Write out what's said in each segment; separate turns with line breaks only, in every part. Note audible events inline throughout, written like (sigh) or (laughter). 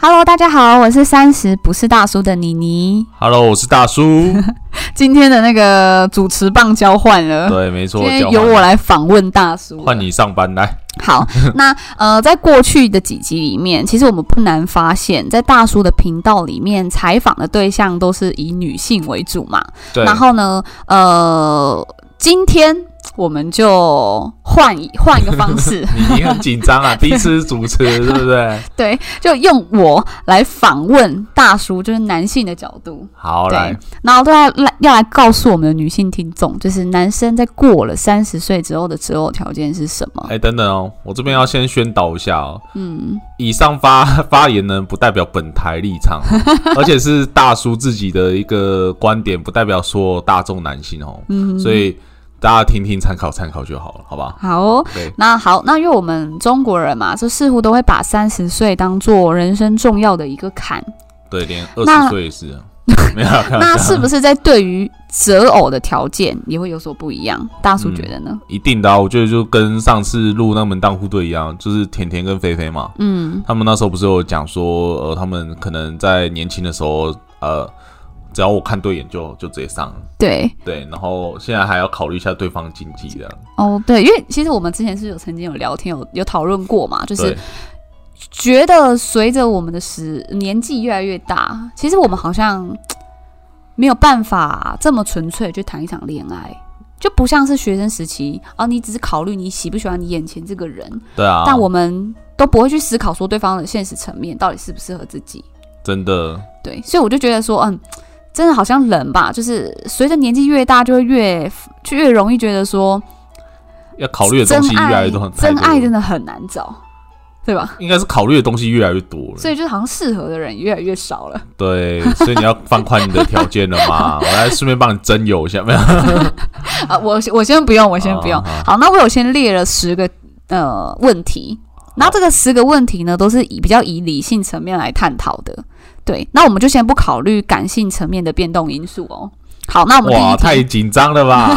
Hello，大家好，我是三十不是大叔的妮妮。
Hello，我是
(laughs)
大叔。
今天的那个主持棒交换了，
对，没错
今，天
交
由
换
我来访问大叔。
换你上班来。 (laughs)
好，那呃，在过去的几集里面，其实我们不难发现，在大叔的频道里面，采访的对象都是以女性为主嘛。
对，，
然后呢，呃，今天我们就换一换一个方式
(laughs) 你你很紧张
(laughs)
啊，第一次主持，对不对？
对，就用我来访问大叔，就是男性的角度。
好，来
对，，然后都要来要来告诉我们的女性听众，就是男生在过了三十岁之后的择偶条件是什么？
哎，等等哦，我这边要先宣导一下哦，
嗯，
以上发发言呢不代表本台立场哦，
(laughs)
而且是大叔自己的一个观点，不代表所有大众男性哦，
嗯
所以大家听听参考参考就好了，好吧？
好哦、
对，
那好，那因为我们中国人嘛，就似乎都会把三十岁当做人生重要的一个坎。
对，连二
那
十岁也是，没有啊 (laughs) 开玩
那
笑
是不是在对于择偶的条件也会有所不一样？大叔觉得呢？
一定的、啊，我觉得就跟上次录那门当户对一样，就是甜甜跟菲菲嘛，
嗯，
他们那时候不是有讲说，呃，他们可能在年轻的时候，呃，只要我看对眼就就直接上了，
对，
对，然后现在还要考虑一下对方经济的，
哦，对，因为其实我们之前是有曾经有聊天，有有讨论过嘛，就是
对，
觉得随着我们的时年纪越来越大，其实我们好像没有办法这么纯粹去谈一场恋爱，就不像是学生时期啊，你只是考虑你喜不喜欢你眼前这个人，
对啊，
但我们都不会去思考说对方的现实层面到底适不适合自己。
真的
对，所以我就觉得说，嗯，真的好像人吧，就是随着年纪越大，就会越就越容易觉得说，
要考虑的
真
东西越来
爱
越多，太
真
多
爱真
了
的很难找，对吧？
应该是考虑的东西越来越多
所
了，
以就是好像适合的人越来越少了。
对，所以你要放宽你的条件了 (laughs) 嘛，我来顺便帮你征友一下，没有？
啊，我我先不用，我先不用。
啊
好，那我有先列了十个呃问题，然后这个十个问题呢，都是以比较以理性层面来探讨的。对，那我们就先不考虑感性层面的变动因素哦。好，那我们第
哇，
一
太
题，
紧张了 (laughs) 吧？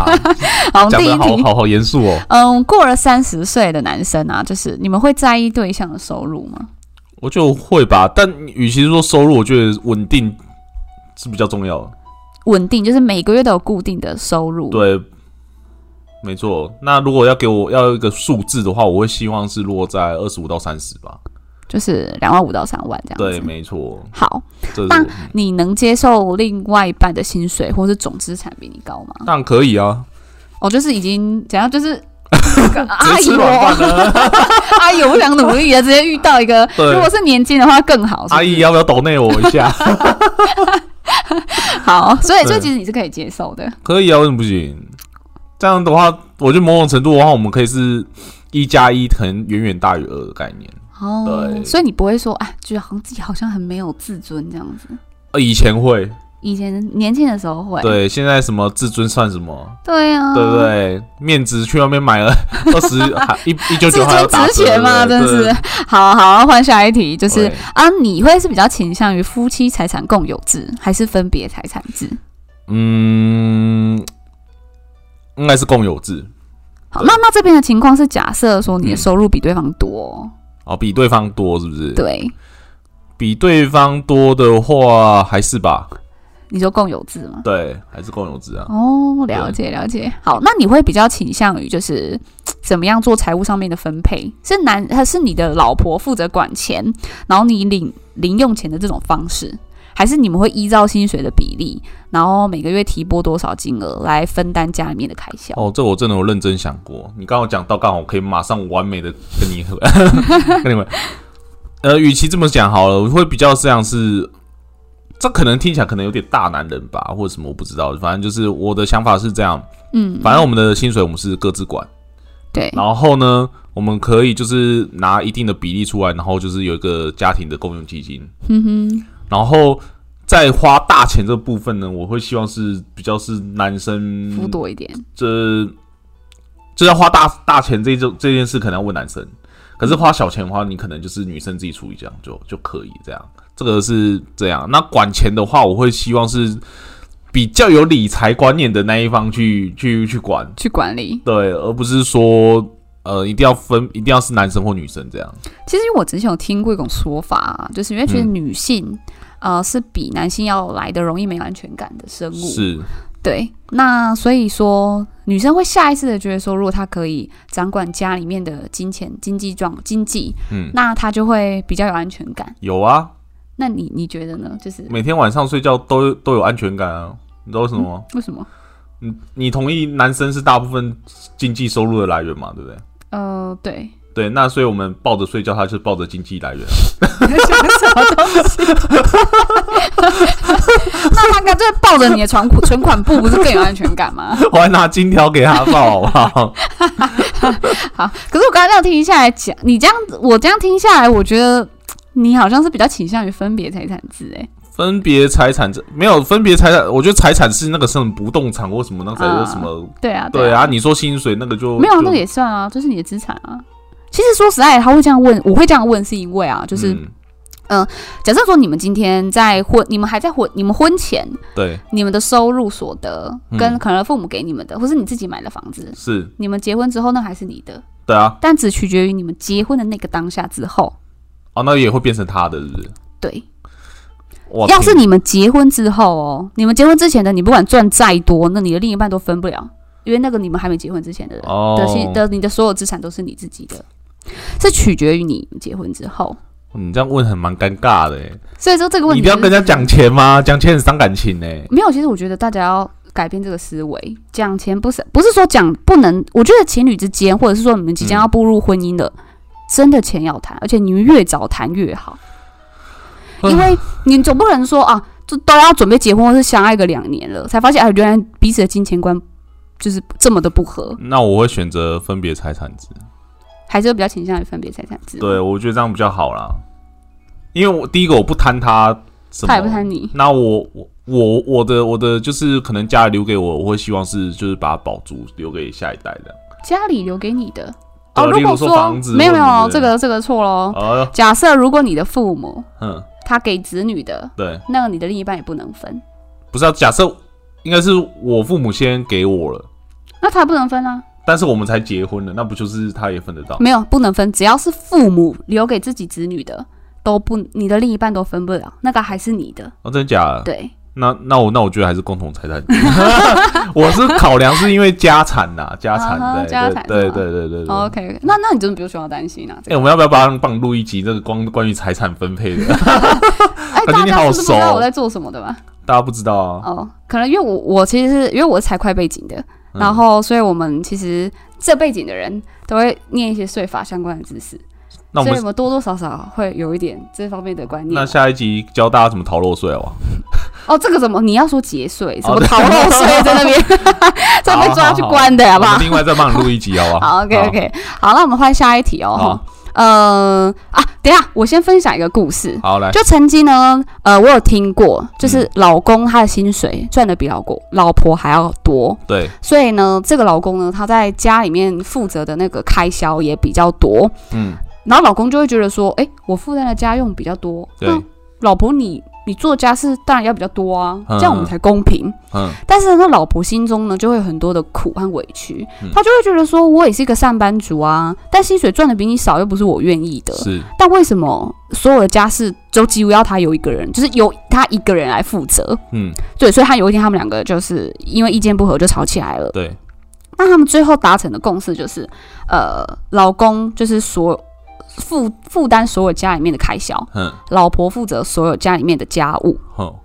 好，我们
讲
第
的
一
好
题，
好好严肃哦。
嗯，过了三十岁的男生啊，就是你们会在意对象的收入吗？
我就会吧，但与其说收入，我觉得稳定是比较重要的。
稳定就是每个月都有固定的收入，，
对，没错。那如果要给我要一个数字的话，我会希望是落在二十五到三十吧。
就是两万五到三万这样
对，
子。
没错，
好，
这是
那
我
你能接受另外一半的薪水或是总资产比你高吗？
当然可以啊，
我、哦就是已经怎样，就是
(laughs) 直
阿
接
姨
吃软
我
饭啊。
(laughs) 阿姨我不想努力啊了，直接遇到一个
对
如果是年轻的话更好。是不
阿
是
姨啊要不要抖内我一
(laughs)
下？
好，所以
对
所以其实你是可以接受的，
可以啊，为什么不行？这样的话，我觉得某种程度的话，我们可以是一加一，可能远远大于二的概念。
哦
对，
所以你不会说哎，觉得好像自己好像很没有自尊这样子。
呃，以前会，
以前年轻的时候会，
对，现在什么自尊算什么？
对啊，
对不对？面子去外面买了二十，还一一九
自
九还要打
尊
折
值钱嘛，
对
真
不对
是。 (laughs) 好好，换下一题，就
对
是啊，你会是比较倾向于夫妻财产共有制，还是分别财产制？
嗯，应该是共有制
好，
对
那那这边的情况是假设说你的收入比对方多，
哦，比对方多是不是？，
对，
比对方多的话还是吧，
你说共有制吗？
对，还是共有制啊。
哦，了解了解。好，那你会比较倾向于就是嘖怎么样做财务上面的分配？是男还是你的老婆负责管钱，然后你领零用钱的这种方式，还是你们会依照薪水的比例，然后每个月提拨多少金额来分担家里面的开销？
哦，这我真的有认真想过。你刚刚讲到，刚好我可以马上完美的跟你 (laughs) 跟你们。呃，与其这么讲好了，我会比较像是，这可能听起来可能有点大男人吧，或者什么我不知道。反正就是我的想法是这样，
嗯，
反正我们的薪水我们是各自管，
对，
然后呢，我们可以就是拿一定的比例出来，然后就是有一个家庭的共用基金，
哼嗯哼，
然后在花大钱这部分呢，我会希望是比较是男生
付多一点，
这这要花大大钱这这这件事，可能要问男生。可是花小钱的话，你可能就是女生自己处理，这样就就可以这样。这个是这样。那管钱的话，我会希望是比较有理财观念的那一方去去去管，
去管理。
对，而不是说呃，一定要分，一定要是男生或女生这样。
其实我之前有听过一种说法、啊，就是因为觉得女性、呃是比男性要来的容易没有安全感的生物，
是，
对，那所以说，女生会下意识的觉得说，如果她可以掌管家里面的金钱、经济状、经济，
嗯，
那她就会比较有安全感。
有啊，
那你你觉得呢？就是
每天晚上睡觉都都有安全感啊。你知道为什么吗？
为什么？嗯
你同意男生是大部分经济收入的来源嘛？对不对？
呃，对， (laughs)
对，那所以我们抱着睡觉，他是抱着经济来源 (laughs) 啊。
什么什么东西？ (laughs) 那她干脆抱着你的存款存款簿，不是更有安全感吗？ (laughs)
我还拿金条给他抱，好不好？
好，可是我刚刚这样听下来讲，你这样我这样听下来，我觉得你好像是比较倾向于分别财产制、欸，哎。
分别财产这没有分别财产，我觉得财产是那个什么不动产或什么那个才
啊
叫什么。
对啊，
对啊，你说薪水那个就
没有啊，
就
那个也算啊，就是你的资产啊。其实说实在的，他会这样问，我会这样问，是因为啊，就是、
嗯
假设说你们今天在婚，你们还在婚，你们婚前
对
你们的收入所得
嗯
跟可能父母给你们的，或是你自己买的房子，
是，
你们结婚之后那还是你的，
对啊，
但只取决于你们结婚的那个当下之后。
哦，那也会变成他的，是不是？
对，
哇，
要是
天
你们结婚之后哦，你们结婚之前的你不管赚再多，那你的另一半都分不了，因为那个你们还没结婚之前的人、
哦
的薪的你的所有资产都是你自己的，是取决于你结婚之后。
嗯你这样问很蛮尴尬的欸，
所以说这个问
你
题、
一定要跟人家讲钱吗？讲钱很伤感情呢。欸
没有。其实我觉得大家要改变这个思维，讲钱不是不是说讲不能。我觉得情侣之间，或者是说你们即将要步入婚姻了，真的钱要谈，而且你越早谈越好，因为你总不能说啊，这都要准备结婚或是相爱个两年了，才发现啊，原来彼此的金钱观就是这么的不合，
那我会选择分别财产制，
还是会比较倾向于分别财产制。
对，我觉得这样比较好啦。因为我第一个我不贪他什么，
他也不贪你，
那我我我我的我的就是可能家里留给我，我会希望是就是把它保住，留给下一代的。
家里留给你的。
对
哦，
例
如
如
果
说房子
没有没
或
有，
者是
这个这个错喽。
哦，
假设如果你的父母
嗯，
他给子女的，
对，
那你的另一半也不能分，
不是啊，假设应该是我父母先给我了，
那他不能分啊？
但是我们才结婚了，那不就是他也分得到？
没有，不能分，只要是父母留给自己子女的，都不，你的另一半都分不了，那个还是你的。
哦，真的假的？
对，
那那我那我觉得还是共同财产。 (laughs) 我是考量是因为家产呐，家产
啊哈
对
家产
对
是吗
对对对对。
o
哎、
k 哦那那你真的不用需要担心啊。这个
我们要不要帮帮录一集这个关关于财产分配的？ (laughs)
哎、
感觉
大
你
家
好
是不是不知道
熟
我在做什么的吧？
大家不知道啊。
哦，可能因为我我其实是因为我是财会背景的，
嗯
然后所以我们其实这背景的人都会念一些税法相关的知识，
那我
所以
们
我们多多少少会有一点这方面的观念
那。下一集教大家怎么逃漏税哦。
哦，这个怎么你要说节税，什
哦
么
对
逃漏税在那边， (laughs) 在被抓去关的，好不
我
好
们？另外再帮你录一集，好不好？
(laughs) 好，OK OK，好，那我们换下一题哦。
好
哈，呃啊，等一下，我先分享一个故事。
好来，
就曾经呢，呃，我有听过，就是老公他的薪水赚的比老公老婆还要多，
对，
所以呢，这个老公呢，他在家里面负责的那个开销也比较多，
嗯，
然后老公就会觉得说，诶，我负担的家用比较多，
对
那老婆你你做家事当然要比较多啊，
嗯
这样我们才公平。
嗯，
但是呢，老婆心中呢就会有很多的苦和委屈，
嗯
她就会觉得说，我也是一个上班族啊，但薪水赚的比你少，又不是我愿意的。
是，
但为什么所有的家事都几乎要她有一个人，就是由她一个人来负责？
嗯，
对，所以她有一天他们两个就是因为意见不合就吵起来了。
对，
那他们最后达成的共识就是，呃，老公就是所负负担所有家里面的开销，
嗯，
老婆负责所有家里面的家务，
好，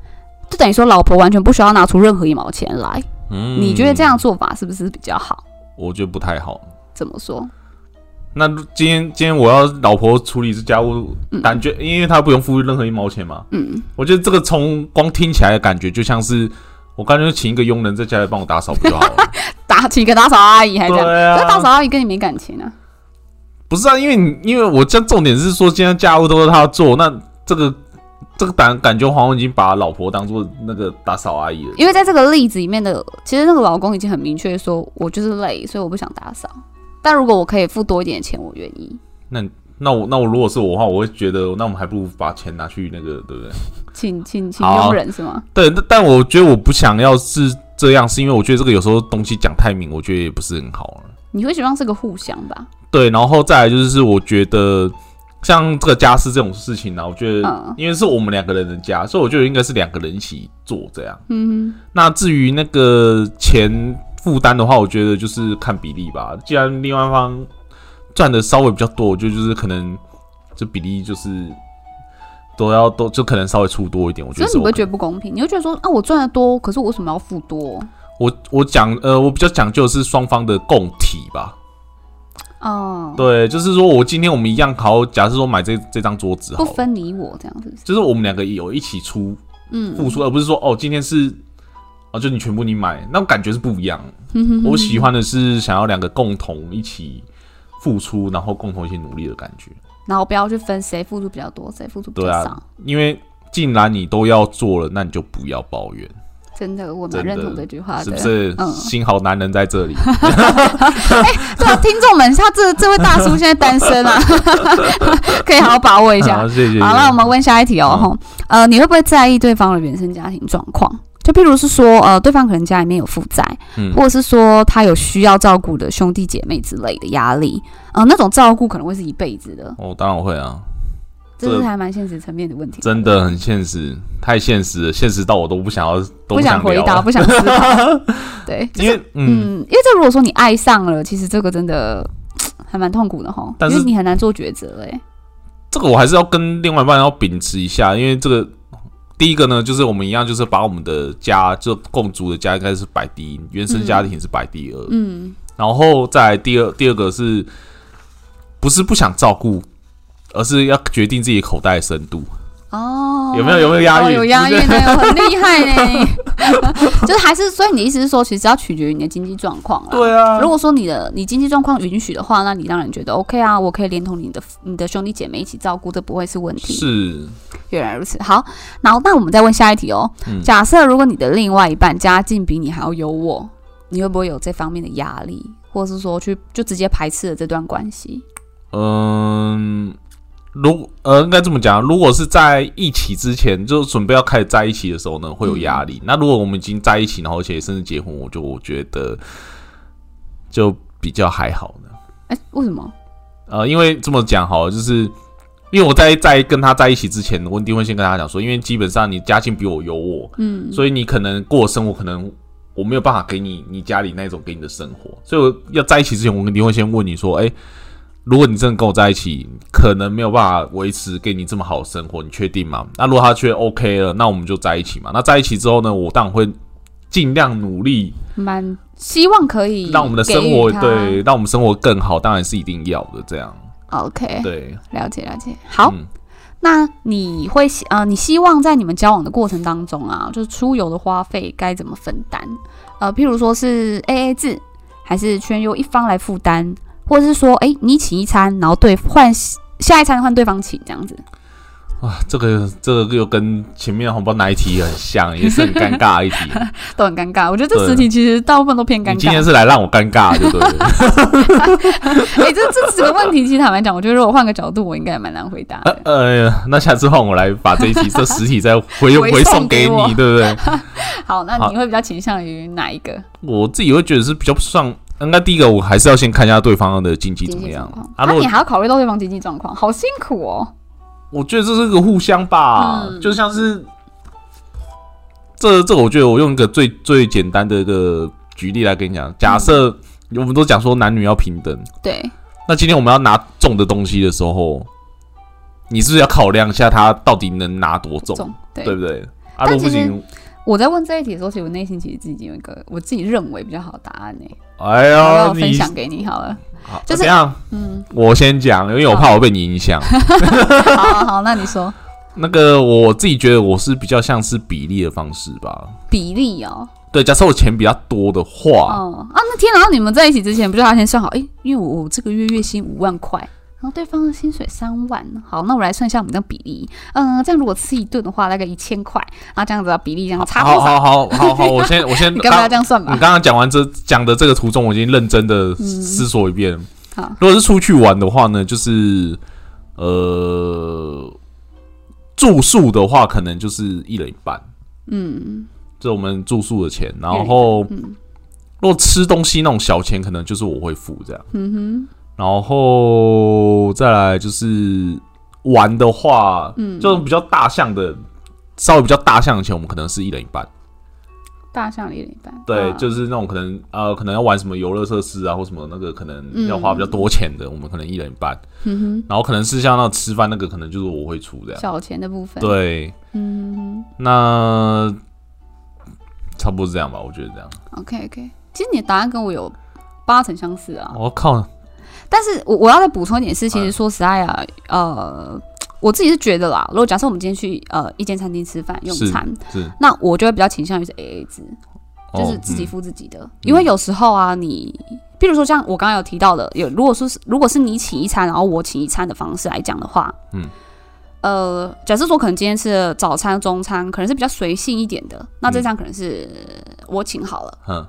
就等于说老婆完全不需要拿出任何一毛钱来。
嗯，
你觉得这样？做法是不是比较好？
我觉得不太好。
怎么说？
那今天今天我要老婆处理这家务，感觉因为她不用付任何一毛钱嘛，
嗯，
我觉得这个从光听起来的感觉就像是我干脆请一个佣人在家里帮我打扫不就好
(laughs)
了？
打请个打扫阿姨还哎这样，
对
那、打
啊，
扫阿姨跟你没感情啊？
不是啊，因为你因为我这重点是说今天家务都是她做，那这个这个感感觉好像已经把老婆当做那个打扫阿姨了。
因为在这个例子里面的，其实那个老公已经很明确说，我就是累，所以我不想打扫。但如果我可以付多一点钱，我愿意。
那我那我如果是我的话，我会觉得那我们还不如把钱拿去那个，对不对？
请请请
好
佣人是吗？
对，但但我觉得我不想要是这样，是因为我觉得这个有时候东西讲太明，我觉得也不是很好了。啊
你会希望是个互相吧？
对，然后再来就是我觉得像这个家事这种事情呢、啊我觉得
嗯
因为是我们两个人的家，所以我觉得应该是两个人一起做这样。
嗯
那至于那个钱负担的话，我觉得就是看比例吧。既然另外一方赚的稍微比较多，我觉得就是可能这比例就是都要都就可能稍微出多一点。我觉
哼，所
得
以
是
你不
OK
会
的
觉得不公平，你会觉得说啊，我赚的多，可是我为什么要付多？
我我讲呃，我比较讲究的是双方的共体吧。
哦，
对，就是说我今天我们一样好，假设说买这这张桌子好
不
了，
分你我这样子，
就是我们两个有一起出
嗯，
付出，而不是说哦今天是哦就你全部你买，那种感觉是不一样。
哼哼哼
我喜欢的是想要两个共同一起付出，然后共同一起努力的感觉。
然后不要去分谁付出比较多，谁付出比较
对啊
少。
因为既然你都要做了，那你就不要抱怨，
真的，我蛮认同这句话的。
是不是？
嗯
新好男人在这里，
对啊，听众们，他这这位大叔现在单身
(laughs)
啊，可以好好把握一下
好，。啊谢谢。
啊好，那我们问下一题哦。
嗯
吼呃，你会不会在意对方的原生家庭状况？就譬如是说，呃，对方可能家里面有负债，
嗯
或者是说他有需要照顾的兄弟姐妹之类的压力，呃，那种照顾可能会是一辈子的，
哦，当然我会啊，
这
这
是还蛮现实层面的问题。
真的很现实，太现实了，现实到我都不想要，都
不想回
聊
答，
了
不想知道。对，
(laughs)
(laughs)
因为嗯，
嗯，因为这如果说你爱上了，其实这个真的还蛮痛苦的哈，
但
因
是
为你很难做抉择哎、
这个我还是要跟另外一半要秉持一下，因为这个第一个呢，就是我们一样，就是把我们的家，就共族的家应该是摆第一，原生家庭是摆第二，
嗯
然后再来第二第二个是不是不想照顾，而是要决定自己口袋的深度，
哦，
有没有有没有押韵
哦有押韵
是
呢，很厉害呢。
(laughs)
就是还是，所以你的意思是说，其实要取决于你的经济状况啦。。
啊
嗯如果说你的你经济状况允许的话，那你让人觉得 OK 啊，我可以连同你的你的兄弟姐妹一起照顾，这不会是问题。
是
原来如此。好，然后那我们再问下一题哦。
嗯
假设如果你的另外一半家境比你还要优渥，你会不会有这方面的压力，或者是说去就直接排斥了这段关系？
嗯。如呃，应该这么讲，如果是在一起之前，就准备要开始在一起的时候呢，会有压力。那如果我们已经在一起，然后而且甚至结婚，我就我觉得就比较还好呢。
哎，为什么？
呃，因为这么讲好了，就是因为我在在跟他在一起之前，我一定会先跟他讲说，因为基本上你家境比我优渥，
嗯，
所以你可能过的生活可能我没有办法给你你家里那种给你的生活，所以我要在一起之前，我一定会先问你说，哎、如果你真的跟我在一起，可能没有办法维持给你这么好的生活，你确定吗？那如果他确 OK 了，那我们就在一起嘛。那在一起之后呢，我当然会尽量努力
蛮希望可以
让我们的生活
给予他
对，让我们生活更好，当然是一定要的这样。
OK，
对，
了解了解。哎好，
嗯
那你会希呃，你希望在你们交往的过程当中啊，就是出游的花费该怎么分担？呃，譬如说是 A A 制，还是全由一方来负担，或者是说，哎、你请一餐，然后对换下一餐换对方请这样子？
啊，这个这个又跟前面的红包那一题很像，也是很尴尬的一题。
都很 (laughs) 尴尬。我觉得这十题其实大部分都偏尴
你今
尬 (laughs)
天。是来让我尴尬，对不对？
哎、这这几个问题，其实坦白讲，我觉得如果换个角度，我应该也蛮难回答
呃
的。
呃，那下次换我来把这一题这实体再回
回
回
送
送
给
给
我
你，对不对？
好，那
好
你会比较倾向于哪一个？
我自己会觉得是比较上，应该第一个我还是要先看一下对方的经济怎
经
么
济
样
状况，那、
啊。如果
你还要考虑到对方经济状况，好辛苦哦。
我觉得这是个互相吧，
嗯
就像是这这，我觉得我用一个最最简单的一个举例来跟你讲，假设我们都讲说男女要平等，
对，
那今天我们要拿重的东西的时候，你是不是要考量一下他到底能拿多重，
重对。
对不对？啊，
但
如果不
其实
行，
我在问这一题的时候，其实我内心其实自己已经有一个我自己认为比较好的答案呢、我
哎呀
要，分
你
享给你好了。
好
就是
怎样？
嗯，
我先讲，因为我怕我被你影响。
好好好，那你说
(laughs) 那个我自己觉得我是比较像是比例的方式吧。
比例哦。
对，假设我钱比较多的话，
哦啊，那天然后你们在一起之前，不就要先算好？诶，因为我我这个月月薪五万块，然后对方的薪水三万，好，那我来算一下我们的比例。嗯，这样如果吃一顿的话，大概一千块，然后这样子的比例这样差
好
多少？
好好好
(laughs)
好，我先我先
你干嘛要这
刚
样算
你
吧？
刚刚讲完这讲的这个途中，我已经认真的
嗯
思索一遍。
好
如果是出去玩的话呢，就是呃住宿的话，可能就是一人一半，
嗯，
这是我们住宿的钱。然
一人一半
后
嗯
如果吃东西那种小钱，可能就是我会付这样。
嗯哼，
然后再来就是玩的话，嗯，这种比较大项的，稍微比较大项的钱，我们可能是一人一半。
大象一人一半，
对，
嗯
就是那种可能呃，可能要玩什么游乐设施啊，或什么那个可能要花比较多钱的，我们可能一人一半。
嗯
然后可能是像那种吃饭那个，可能就是我会出这
哼，
样。
小钱的部分，，
对，
嗯
那差不多是这样吧，我觉得这样。
，OK OK，其实你的答案跟我有八成相似啊，
我、哦靠，
但是我我要再补充一点事，其实
嗯
说实在啊，呃，我自己是觉得啦，如果假设我们今天去呃一间餐厅吃饭用
是
餐，
是
那我就会比较倾向于是 AA 制，就是
哦
自己
嗯
付自己的，因为有时候啊，你比如说像我刚刚有提到的，有如果说是如果是你请一餐，然后我请一餐的方式来讲的话，
嗯。
呃，假设说可能今天吃的早餐、中餐可能是比较随性一点的，那这餐可能是我请好了。
嗯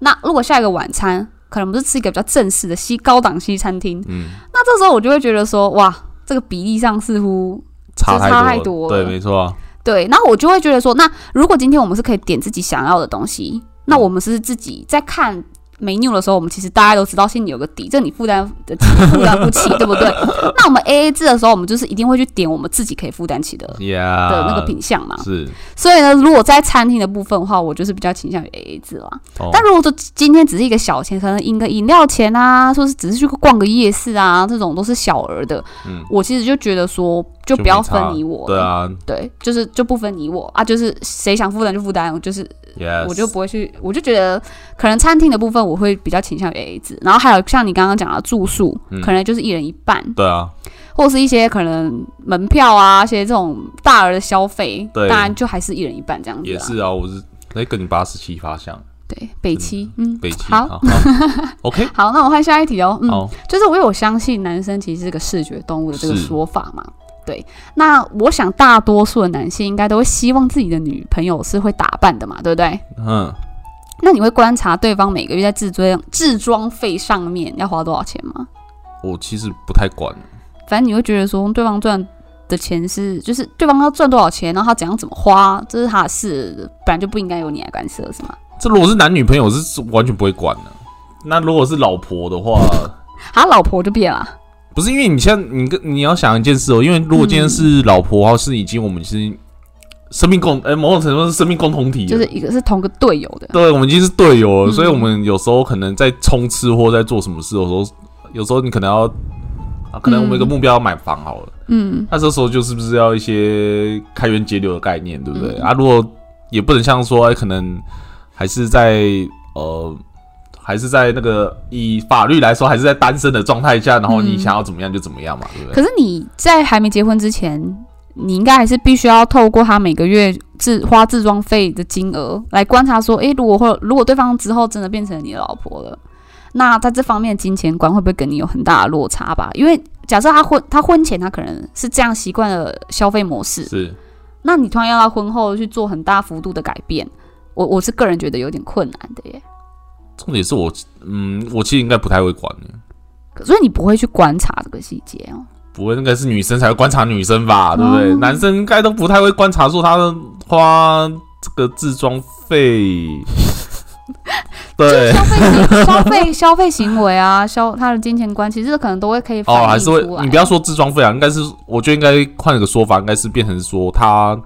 那如果下一个晚餐，可能不是吃一个比较正式的西高档西餐厅，
嗯，
那这时候我就会觉得说，哇，这个比例上似乎
差
这
太
差
多
太
了
多
对，
了
没错啊、
对，那我就会觉得说，那如果今天我们是可以点自己想要的东西，那我们是自己在看 menu 的时候，我们其实大家都知道心里有个底，这你负担的负担不起，对不对？那我们 A A 制的时候，我们就是一定会去点我们自己可以负担起的
(laughs)
的
Yeah，
那个品相嘛。
是，
所以呢，如果在餐厅的部分的话，我就是比较倾向于 A A 制啦。
哦、
但如果说今天只是一个小钱，可能赢个饮料钱啊，说是只是去逛个夜市啊，这种都是小额的。
嗯
我其实就觉得说，就
就
不要
没差
分你我。
对啊
对，就是就不分你我啊，就是谁想负担就负担，就是
，Yes，
我就不会去，我就觉得可能餐厅的部分我会比较倾向于 AA 制，然后还有像你刚刚讲的住宿，
嗯
可能就是一人一半，
对啊，
或是一些可能门票啊，一些这种大额的消费，
对
当然就还是一人一半这样子、啊。
也是啊，我是那跟你八十七发像
对，北七，嗯，
北七，
好
好，OK，
好，那我换下一题哦，嗯，
好，
就是我有相信男生其实是个视觉动物的这个
是
说法嘛。对，那我想大多数的男性应该都会希望自己的女朋友是会打扮的嘛，对不对？
嗯，
那你会观察对方每个月在自装自装费上面要花多少钱吗？
我其实不太管，
反正你会觉得说对方赚的钱是，就是对方要赚多少钱，然后他怎样怎么花，这是他的事，本来就不应该由你来干涉，是吗？
这如果是男女朋友是是完全不会管的，那如果是老婆的话，
他老婆就变了，
不是因为你现在你跟你要想一件事哦，因为如果今天是老婆，或是已经我们是生命共，呃，某种程度是生命共同体了，
就是一个是同个队友的，
对，我们已经是队友了，
嗯
所以我们有时候可能在冲刺或在做什么事，有时候有时候你可能要，啊、可能我们有个目标要买房好了，
嗯，
那这时候就是不是要一些开源节流的概念，对不
嗯
对？啊，如果也不能像说，哎可能还是在呃。还是在那个以法律来说，还是在单身的状态下，然后你
嗯
想要怎么样就怎么样嘛，对不对？
可是你在还没结婚之前，你应该还是必须要透过他每个月自花自装费的金额来观察说，诶、如果或如果对方之后真的变成你的老婆了，那在这方面的金钱观会不会跟你有很大的落差吧？因为假设他婚他婚前他可能是这样习惯了消费模式，
是
那你突然要他婚后去做很大幅度的改变，我我是个人觉得有点困难的耶。
重点是我，嗯，我其实应该不太会管，
所以你不会去观察这个细节哦。
不会，那个是女生才会观察女生吧，对不对？
哦
男生应该都不太会观察说他的花这个自装
(laughs)
费，对
消费行消费消费行为啊，消他的金钱观，其实可能都会可以反
哦，还
映
是
出
会
来。，
你不要说自装费啊，应该是我觉得应该换一个说法，应该是变成说他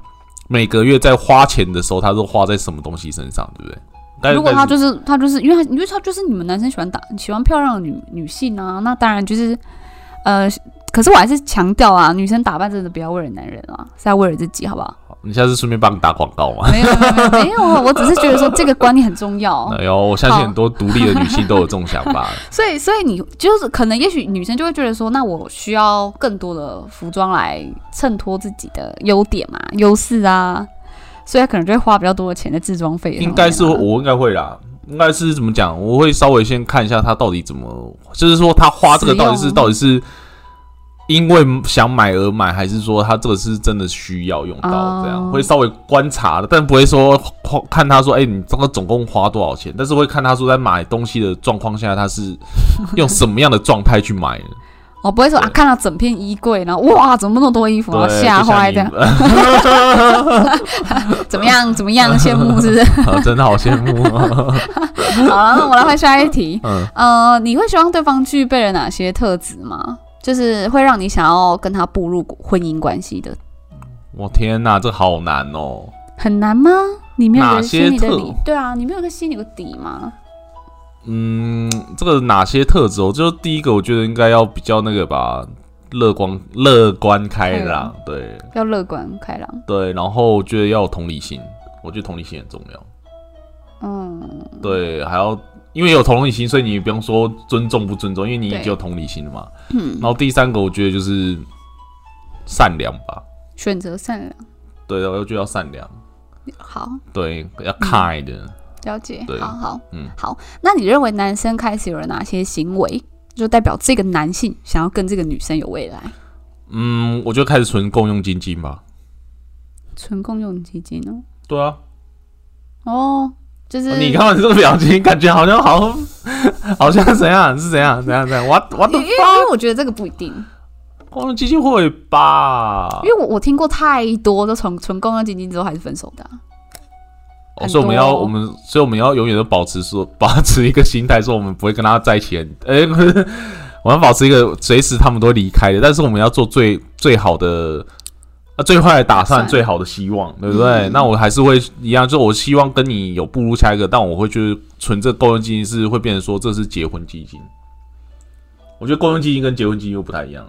每个月在花钱的时候，他都花在什么东西身上，对不对？但
如果他
但是
就是他就是因为他因为他就是你们男生喜欢打喜欢漂亮的女女性啊，那当然就是呃，可是我还是强调啊，女生打扮真的不要为了男人啊，是要为了自己，好不好？
你下次顺便帮你打广告嘛？
没有没有没有没有，我只是觉得说这个观念很重
(laughs)
要，
哎呦，我相
好
信很多独立的女性都有这种想
(laughs)
法， (laughs)
所以所以你就是可能也许女生就会觉得说，那我需要更多的服装来衬托自己的优点嘛、优势啊，所以她可能就会花比较多的钱在自装费上面啊、
应该是我应该会啦，应该是怎么讲？我会稍微先看一下他到底怎么，就是说他花这个到底
使
是
用
到底是因为想买而买，还是说他这个是真的需要用
哦
到？这样会稍微观察的，但不会说花看他说，哎、你这个总共花多少钱？
(laughs)
但是会看他说在买东西的状况下，他是用什么样的状态去买的。
我不会说
对
啊，看到整片衣柜，然后哇，怎么那么多衣服啊，
对，
吓坏
就
这
像
样，
你
怎么样？怎么样？羡慕
(laughs)
是不是？
啊 (laughs) 真的好羡慕。啊
好了，那我来换下一题。
嗯，
呃，你会希望对方具备了哪些特质吗？就是会让你想要跟他步入婚姻关系的，
我天哪，这好难哦。
很难吗？你没有一
哪
个
些
心里的
特
底，对啊，你没有一个心里有个底吗？
嗯，这个哪些特质哦？就第一个，我觉得应该要比较那个吧，乐观乐观开朗，对
要乐观开朗，
对。然后我觉得要有同理心，我觉得同理心很重要。
嗯，
对，还要因为有同理心，所以你不用说尊重不尊重，因为你已经
对
有同理心了嘛。
嗯
然后第三个，我觉得就是善良吧。
选择善良，
对，我觉得要善良，
好，
对，要 kind，、
了解
对，
好好，
嗯，
好。那你认为男生开始有了哪些行为，就代表这个男性想要跟这个女生有未来？
嗯，我就开始存共用基金吧。
存共用基金哦，
对啊，
哦，就是
你看你这个表情，感觉好像好 (laughs) 像好像怎样是怎样怎样怎样，我我
因 (laughs)
的
为因为我觉得这个不一定，
共用基金会吧？
因为我我听过太多，都从存共用基金之后还是分手的啊、
哦所以我们
很
要
多哦
我们所以我们要永远都保持说保持一个心态，说我们不会跟他在一起很。哎、不是，我们要保持一个随时他们都会离开的，但是我们要做最最好的。啊，最坏的打
打
算，
算
最好的希望，对不对？
嗯
那我还是会一样，就我希望跟你有步入下一个，但我会觉得存这共用基金是会变成说这是结婚基金。我觉得共用基金跟结婚基金又不太一样，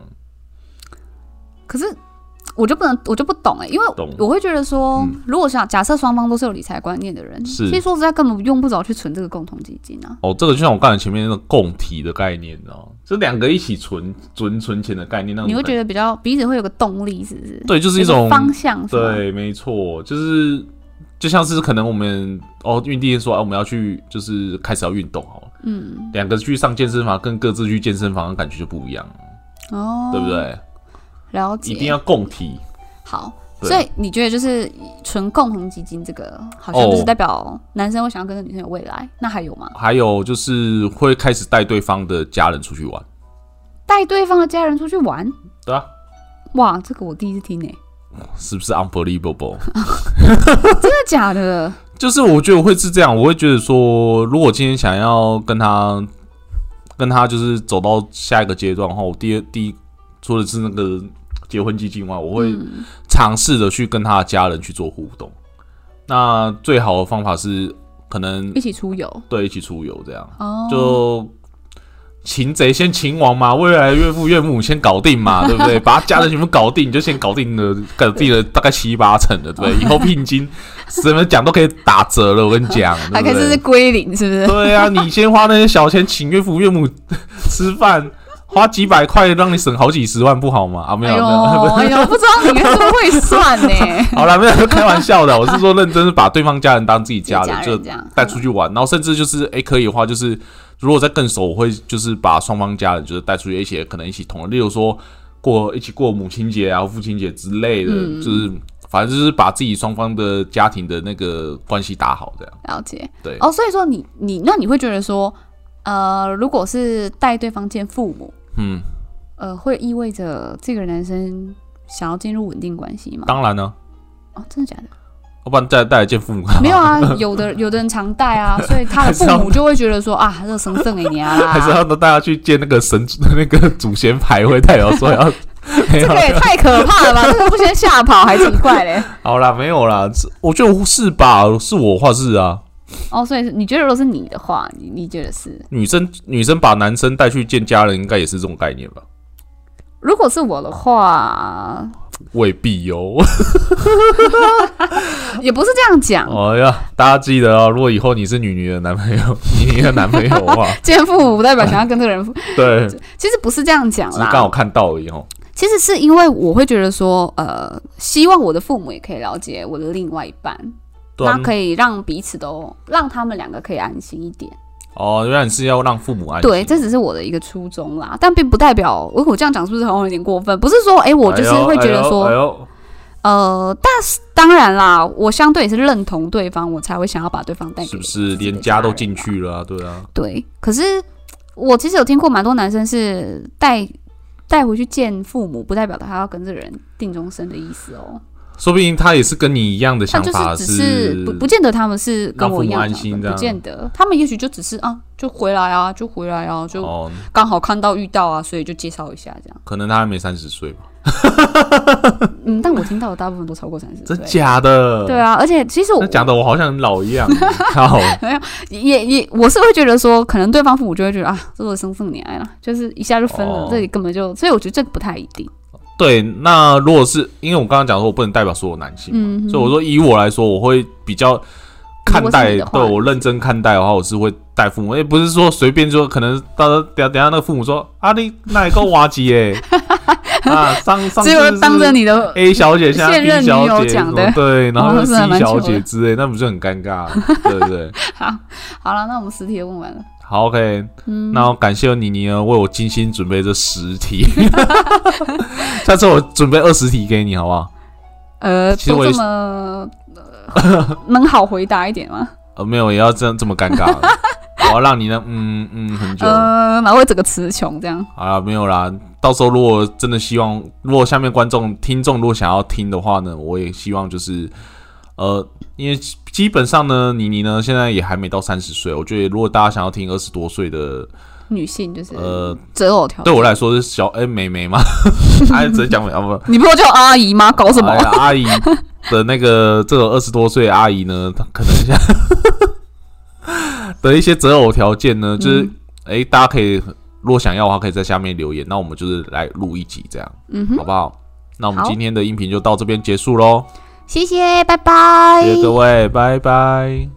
可是我就不能，我就不懂哎、因为
懂
我会觉得说，
嗯
如果想假设双方都是有理财观念的人，
是
其实说实在根本用不着去存这个共同基金啊。
哦，这个就像我刚才前面那个共体的概念，你知道吗？就两个一起存存存钱的概念，那种
你会
感
觉得比较彼此会有个动力，是不是？
对，就是一
有个
种
方向，是吗，
对，没错，就是就像是可能我们哦，运地说啊，我们要去就是开始要运动哦，
嗯，
两个去上健身房跟各自去健身房的感觉就不一样，
哦，
对不？对？
了解，
一定要共体。
好。
对
所以你觉得就是纯共同基金这个，好像就是
哦
代表男生会想要跟着女生有未来，那还有吗？
还有就是会开始带对方的家人出去玩，
带对方的家人出去玩，
对啊，
哇，这个我第一次听欸诶、
是不是 unbelievable？
真的假的？
就是我觉得我会是这样，我会觉得说，如果今天想要跟他跟他就是走到下一个阶段的话，我第二第一说的是那个结婚基金嘛，我会
嗯
尝试着去跟他的家人去做互动。那最好的方法是可能
一起出游
对一起出游这样，
哦，
就擒贼先擒王嘛，未来岳父岳母先搞
(laughs)
定嘛，对不对？把他家人全部搞定，你就先搞定了，搞定了大概七八成了，对不
(laughs)
对？以后聘金什么讲都可以打折了，我跟你讲，
还
对
可
不
以是
对？
归零，是不是？
对啊，你先花那些小钱请岳父岳母吃饭，花几百块让你省好几十万，不好吗？啊，没有没有，
哎呦，哎呦，不知道你们是不是会算欸呢、
(laughs) 好啦，没有开玩
(laughs)
笑的，我是说认真是把对方家人当自己
自己
家人，就
人这样
带出去玩，然后甚至就是诶，可以的话，就是如果再更熟，我会就是把双方家人就是带出去一起，可能一起同，例如说过一起过母亲节啊、父亲节之类的，
嗯
就是反正就是把自己双方的家庭的那个关系打好，这样
了解。
对
哦，所以说你你那你会觉得说，呃，如果是带对方见父母，
嗯，
呃，会意味着这个男生想要进入稳定关系吗？
当然呢、哦
哦，真的假的？
要不然再带来见父母干嘛
没有
(laughs)
啊，有的有的人常带啊，所以他的
还是
父
要
母就会觉得说啊，这神圣给你啊
(laughs) 还是
啦，
要带他去见那个神那个祖先牌位，代表
(laughs)
说要没
这
有啊
个也太可怕了吧？这个不先吓跑还奇怪嘞。
好啦，没有啦，这我觉得是吧？是我的话是啊，
哦，所以是你觉得如果是你的话，你你觉得是？
女生女生把男生带去见家人，应该也是这种概念吧？
如果是我的话，
未必
哦
哟、
也不是这样讲。
哎呀，大家记得哦，如果以后你是女女的男朋友，你女的男朋友的
(laughs)
话，
见父母不代表想要跟这个人父，
对，
其实不是这样讲
只是刚好
啦。
看到而已哦。
其实是因为我会觉得说，呃，希望我的父母也可以了解我的另外一半，
对啊
那，可以让彼此都让他们两个可以安心一点。
哦，原来你是要让父母安心。
对，这只是我的一个初衷啦，但并不代表我我这样讲是不是好像有点过分？不是说，哎，我就是会觉得说，
哎呦，哎呦
呃，但是当然啦，我相对也是认同对方，我才会想要把对方带
哎
给
呦是不
自
是
己的
连家都
人
进
嘛
去了、啊？对啊，
对，可是我其实有听过蛮多男生是带带回去见父母，不代表他要跟这个人定终身的意思哦。
说不定他也是跟你一样的
他
想
就
法
只是不不见得他们是跟我一样
让父母安
的
心
想法，
这样
不见得他们也许就只是啊，就回来啊，就回来啊，就
哦，
刚好看到遇到啊，所以就介绍一下这样。
可能他还没三十岁吧？
嗯，但我听到的大部分都超过三十岁
真。假的？
对，啊，而且其实我
那讲的我好像很老一
(laughs)
样。好，
也也我是会觉得说，可能对方父母就会觉得啊，这个生送你爱了，就是一下就分了，
哦
这里根本就，所以我觉得这个不太一定。
对，那如果是因为我刚刚讲说，我不能代表所有男性嘛，
嗯哼
所以我说以我来说，我会比较看
如果是
待，
你的话
对我认真看待的话，我是会带父母，也不是说随便说，可能到时候等下等下那个父母说啊，你那一个挖机耶，啊上
(laughs)
上
只
次
有
是哎
当着你的
A 小姐，现在
现
B
任女
小
友
姐，
讲的
什么对，然后
哦
又
是
C
还蛮
小
糗的
姐之类，那不是很尴尬，对
(laughs)
不对？
好，好了，那我们实体的问完了。
好，OK，
嗯，
那我感谢妮妮呢，为我精心准备这十题， (laughs) 下次我准备二十题给你，好不好？
呃，
其实我
都
也
这
是
么、呃、 (laughs) 能好回答一点吗？
呃，没有，也要这样这么尴尬，我要让你呢，嗯嗯，很久。
呃，然后会整个词穷这样。
好啦，没有啦。到时候如果真的希望，如果下面观众、听众如果想要听的话呢，我也希望就是，呃，因为基基本上呢，妮妮呢现在也还没到三十岁，我觉得如果大家想要听二十多岁的，
女性就是
呃，
择偶条件。
对我来说是小哎、妹妹 (laughs) 嘛，哎、直接讲美啊不，
你不说就阿姨吗？搞什么？
哎呀阿姨的那个这个二十多岁的阿姨呢，她可能现在 (laughs) 的一些择偶条件呢，就是
嗯
哎、诶大家可以如果想要的话，可以在下面留言，那我们就是来录一集这样，
嗯哼
好，不好？那我们
好
今天的音频就到这边结束喽，
谢谢，拜拜。
谢谢各位，拜拜。